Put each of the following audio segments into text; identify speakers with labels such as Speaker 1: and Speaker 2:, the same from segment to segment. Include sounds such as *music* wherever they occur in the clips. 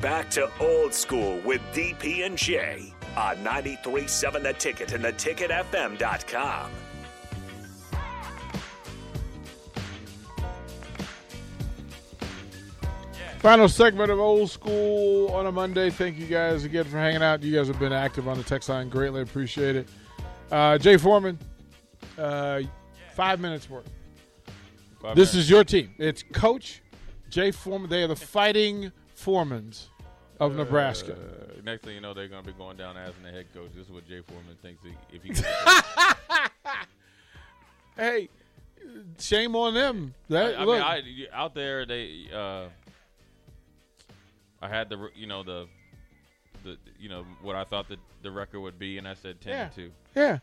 Speaker 1: Back to old school with DP and J on 937 The Ticket and theticketfm.com.
Speaker 2: Final segment of old school on a Monday. Thank you guys again for hanging out. You guys have been active on the text line. Greatly appreciate it. Uh, Jay Foreman, uh, five minutes worth.
Speaker 3: Five
Speaker 2: This
Speaker 3: minutes.
Speaker 2: is your team. It's Coach Jay Foreman. They are the Fighting Foremans of Nebraska.
Speaker 3: Uh, next thing you know, they're going to be going down as the head coach. This is what Jay Foreman thinks
Speaker 2: *laughs*
Speaker 3: he- if he. I,
Speaker 2: Hey, shame on them. That
Speaker 3: I
Speaker 2: look,
Speaker 3: mean, I, you- out there they. Uh, I had the re- you know the, the you know what I thought the the record would be, and I said ten and
Speaker 2: Yeah.
Speaker 3: two.
Speaker 2: yeah,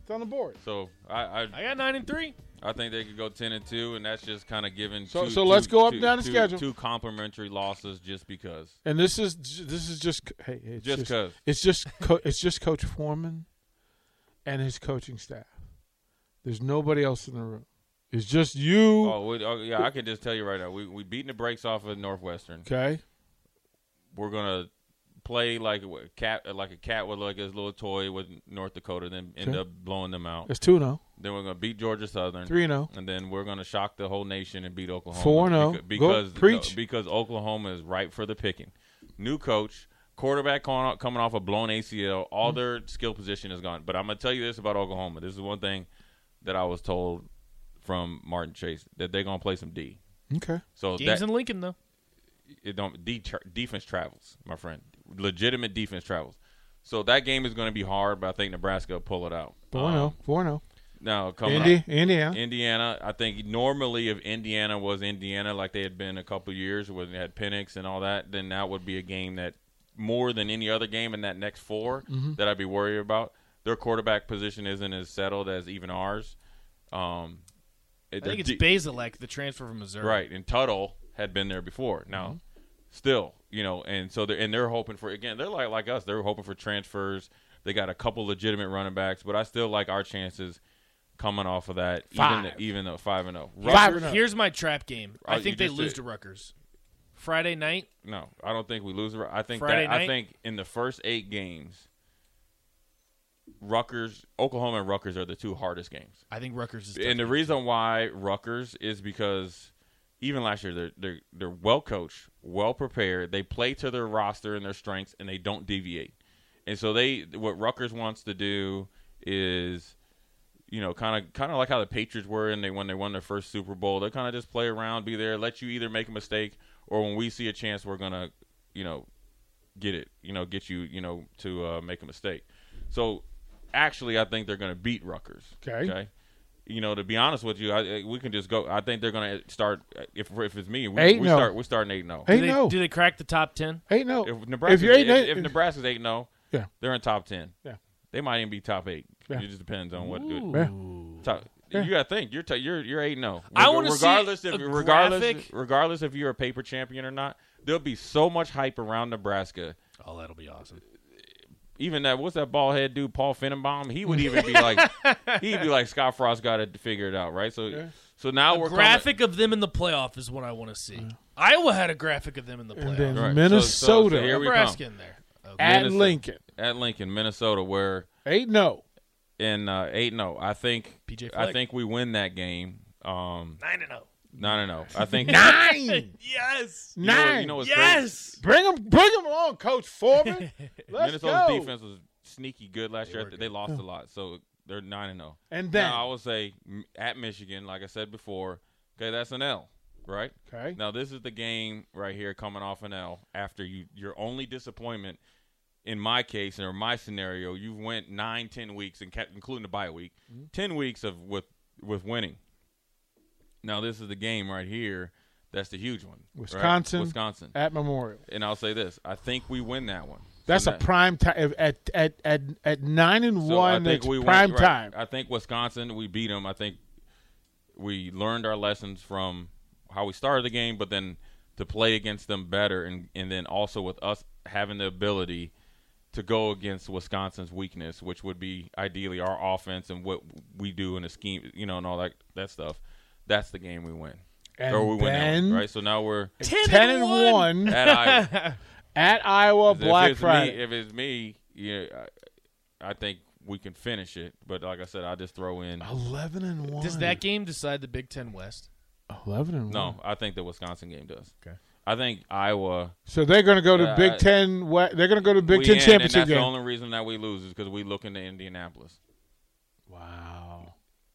Speaker 2: it's on the board.
Speaker 3: So I I,
Speaker 4: I got nine and three.
Speaker 3: I think they could go ten and two, and that's just kind of giving.
Speaker 2: So-
Speaker 3: two-
Speaker 2: so
Speaker 3: two-
Speaker 2: let's go up
Speaker 3: two-
Speaker 2: and down the
Speaker 3: two-
Speaker 2: schedule.
Speaker 3: Two complimentary losses just because.
Speaker 2: And this is this is just hey, it's
Speaker 3: Just
Speaker 2: just
Speaker 3: 'cause.
Speaker 2: it's just co- it's just Coach Foreman and his coaching staff. There's nobody else in the room. It's just you.
Speaker 3: Oh, we, oh yeah, I can just tell you right now. We we beating the brakes off of Northwestern.
Speaker 2: Okay.
Speaker 3: we're gonna play like a cat, like a cat with like his little toy with North Dakota, then end
Speaker 2: Okay.
Speaker 3: up blowing them out.
Speaker 2: That's 2 0,
Speaker 3: Then we're gonna beat Georgia Southern,
Speaker 2: 3 0.
Speaker 3: and then we're gonna shock the whole nation and beat Oklahoma.
Speaker 2: 4-0.
Speaker 3: Beca-
Speaker 2: Go
Speaker 3: because
Speaker 2: preach.
Speaker 3: because Oklahoma is ripe for the picking. New coach, quarterback coming off, coming off a blown ACL. All their skill position is gone. But I'm gonna tell you this about Oklahoma. This is one thing that I was told from Martin Chase that they're gonna play some D.
Speaker 2: Okay.
Speaker 3: So
Speaker 4: Games
Speaker 3: that,
Speaker 4: in Lincoln though.
Speaker 3: it don't de- tra- defense travels, my friend. Legitimate defense travels. So that game is going to be hard, but I think Nebraska will pull it out.
Speaker 2: 4
Speaker 3: Um,
Speaker 2: 0. 4 0.
Speaker 3: Now coming
Speaker 2: Indy,
Speaker 3: up,
Speaker 2: oh. Indiana.
Speaker 3: Indiana, I think normally if Indiana was Indiana like they had been a couple years when they had Pennix and all that, then that would be a game that more than any other game in that next 4
Speaker 4: Mm-hmm.
Speaker 3: that I'd be worried about. Their quarterback position isn't as settled as even ours. Um, it-
Speaker 4: I think it's
Speaker 3: de-
Speaker 4: Basilek, the transfer from Missouri.
Speaker 3: Right, and Tuttle had been there before. Now, still, you know, and so they're and they're hoping for again. They're like like us. They're hoping for transfers. They got a couple legitimate running backs, but I still like our chances coming off of that. Even
Speaker 2: Five.
Speaker 3: though, even though five and zero.
Speaker 2: Five
Speaker 4: Here's-
Speaker 2: and oh.
Speaker 4: Here's my trap game.
Speaker 3: Oh,
Speaker 4: I
Speaker 3: you
Speaker 4: think they
Speaker 3: just
Speaker 4: lose
Speaker 3: did.
Speaker 4: to Rutgers. Friday night.
Speaker 3: No, I don't think we lose. the- I think
Speaker 4: Friday
Speaker 3: that, I
Speaker 4: night?
Speaker 3: think in the first eight games, Rutgers, Oklahoma, and Rutgers are the two hardest games.
Speaker 4: I think Rutgers is.
Speaker 3: and the
Speaker 4: tough.
Speaker 3: reason why Rutgers is because even last year they're they're they're well coached, well prepared. They play to their roster and their strengths, and they don't deviate. And so they what Rutgers wants to do is, you know, kind of kind of like how the Patriots were and they when they won their first Super Bowl, they kind of just play around, be there, let you either make a mistake or when we see a chance, we're gonna, you know, get it, you know, get you, you know, to uh, make a mistake. So actually, I think they're gonna beat Rutgers.
Speaker 2: Okay.
Speaker 3: Okay. You know, to be honest with you, I, I- we can just go. I think they're gonna start. If if it's me, we,
Speaker 2: 8-0.
Speaker 3: we start. We're starting eight zero.
Speaker 4: do
Speaker 2: 8
Speaker 4: they,
Speaker 2: 0.
Speaker 4: do they crack the top ten?
Speaker 2: 8 0.
Speaker 3: If Nebraska's
Speaker 2: oh. you're
Speaker 3: eight,
Speaker 2: eight and
Speaker 3: if,
Speaker 2: eight-
Speaker 3: if Nebraska's eight, no,
Speaker 2: Yeah.
Speaker 3: they're in top ten.
Speaker 2: Yeah.
Speaker 3: they might even be top eight.
Speaker 2: Yeah.
Speaker 3: It just depends on what.
Speaker 2: Yeah.
Speaker 3: Top, You gotta think. You're t- you're you're eight. No,
Speaker 4: I wanna see
Speaker 3: regardless
Speaker 4: a
Speaker 3: if regardless
Speaker 4: graphic-
Speaker 3: regardless if you're a paper champion or not. There'll be so much hype around Nebraska.
Speaker 4: Oh, that'll be awesome.
Speaker 3: Even that what's that bald head dude Paul Finnenbaum? He would even be
Speaker 4: *laughs*
Speaker 3: like he'd be like Scott Frost got to figure it out, right? So
Speaker 2: Yeah.
Speaker 3: so now we're coming-
Speaker 4: graphic of them in the playoff is what I want to see. Iowa had a graphic of them in the playoff.
Speaker 2: Uh-huh. And then
Speaker 3: Right. So- so- so
Speaker 2: Minnesota
Speaker 3: here we come.
Speaker 4: Nebraska in there. Uh, Okay.
Speaker 2: at
Speaker 3: Minnesota.
Speaker 2: Lincoln. oh.
Speaker 3: at Lincoln, Minnesota, where
Speaker 2: 8 0.
Speaker 3: in uh, eight no, I think
Speaker 4: PJ
Speaker 3: I
Speaker 4: Fleck.
Speaker 3: think we win that game. Um,
Speaker 4: Nine and oh. zero.
Speaker 3: no, no, no. I think *laughs*
Speaker 2: Nine.
Speaker 4: Yes.
Speaker 3: You know what-
Speaker 2: Nine.
Speaker 3: you know what's crazy?
Speaker 4: Yes.
Speaker 2: Bring them, bring them along, Coach
Speaker 3: *laughs*
Speaker 2: Foreman. Let's
Speaker 3: Minnesota's
Speaker 2: go.
Speaker 3: defense was sneaky good last
Speaker 4: They
Speaker 3: year.
Speaker 4: were good.
Speaker 3: They lost a lot, so they're nine and zero.
Speaker 2: And then,
Speaker 3: Now I will say m- at Michigan, like I said before, okay, that's an L, right?
Speaker 2: okay,
Speaker 3: Now this is the game right here coming off an L after you your only disappointment in my case or my scenario, you went nine, ten weeks and kept, including the bye week,
Speaker 2: Mm-hmm.
Speaker 3: ten weeks of with with winning. Now this is the game right here. That's the huge one. right?
Speaker 2: Wisconsin.
Speaker 3: Wisconsin.
Speaker 2: at Memorial.
Speaker 3: And I'll say this: I think we win that one.
Speaker 2: That's
Speaker 3: So
Speaker 2: a
Speaker 3: now-
Speaker 2: prime time at at at at nine and
Speaker 3: so I
Speaker 2: one.
Speaker 3: think
Speaker 2: That's
Speaker 3: we went-
Speaker 2: prime
Speaker 3: right.
Speaker 2: time.
Speaker 3: I think Wisconsin. We beat them. I think we learned our lessons from how we started the game, but then to play against them better, and and then also with us having the ability to go against Wisconsin's weakness, which would be ideally our offense and what we do in a scheme, you know, and all that that stuff. That's the game we win.
Speaker 2: and
Speaker 3: or we
Speaker 2: *laughs*
Speaker 3: win that one,
Speaker 2: then
Speaker 3: right? So now we're
Speaker 2: ten and one
Speaker 3: at Iowa.
Speaker 2: At Iowa
Speaker 3: If
Speaker 2: Black
Speaker 3: it's me-
Speaker 2: Friday.
Speaker 3: if it's me, yeah, I, I think we can finish it. But like I said, I just throw in.
Speaker 2: Oh. Eleven and one.
Speaker 4: Does that game decide the Big Ten West?
Speaker 2: Eleven and one.
Speaker 3: No, I think the Wisconsin game does.
Speaker 2: Okay.
Speaker 3: I think Iowa.
Speaker 2: So they're going to go to
Speaker 3: Yeah,
Speaker 2: Big
Speaker 3: I-
Speaker 2: Ten. we- They're going to go to Big
Speaker 3: we
Speaker 2: Ten
Speaker 3: in, and
Speaker 2: championship
Speaker 3: that's
Speaker 2: game.
Speaker 3: the only reason that we lose is because we look into Indianapolis.
Speaker 2: wow.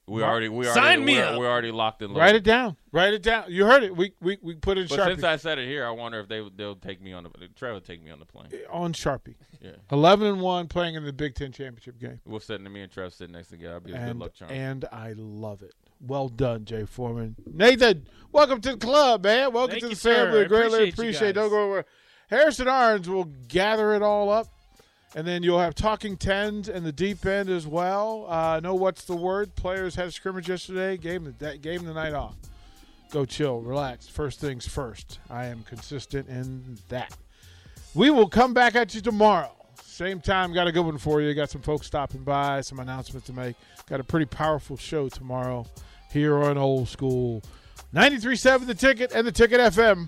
Speaker 3: We already we
Speaker 4: Sign
Speaker 3: already
Speaker 4: me
Speaker 3: we're,
Speaker 4: up.
Speaker 3: we're already locked in.
Speaker 2: Write it down. Write it down. You heard it. We we, we put in
Speaker 3: But
Speaker 2: Sharpie
Speaker 3: since I said it here, I wonder if they they'll take me on the Trevor take me on the plane.
Speaker 2: on Sharpie.
Speaker 3: Yeah.
Speaker 2: Eleven and one playing in the Big Ten championship game.
Speaker 3: We'll sit and me and Trev sitting next to God. Be a good
Speaker 2: And,
Speaker 3: luck charm.
Speaker 2: and I love it. Well done, Jay Foreman. Nathan, welcome to the club, man. Welcome
Speaker 4: Thank
Speaker 2: to the
Speaker 4: you,
Speaker 2: family.
Speaker 4: sir. I
Speaker 2: Greatly
Speaker 4: appreciate you
Speaker 2: appreciate. it.
Speaker 4: guys.
Speaker 2: Don't go over. Harrison Arns will gather it all up, and then you'll have talking tens and the deep end as well. Uh, know what's the word? Players had a scrimmage yesterday. Gave them that gave them the night off. Go chill, relax. First things first. I am consistent in that. We will come back at you tomorrow. Same time, got a good one for you. Got some folks stopping by, some announcements to make. Got a pretty powerful show tomorrow here on Old School 937 The Ticket and theticketfm.com.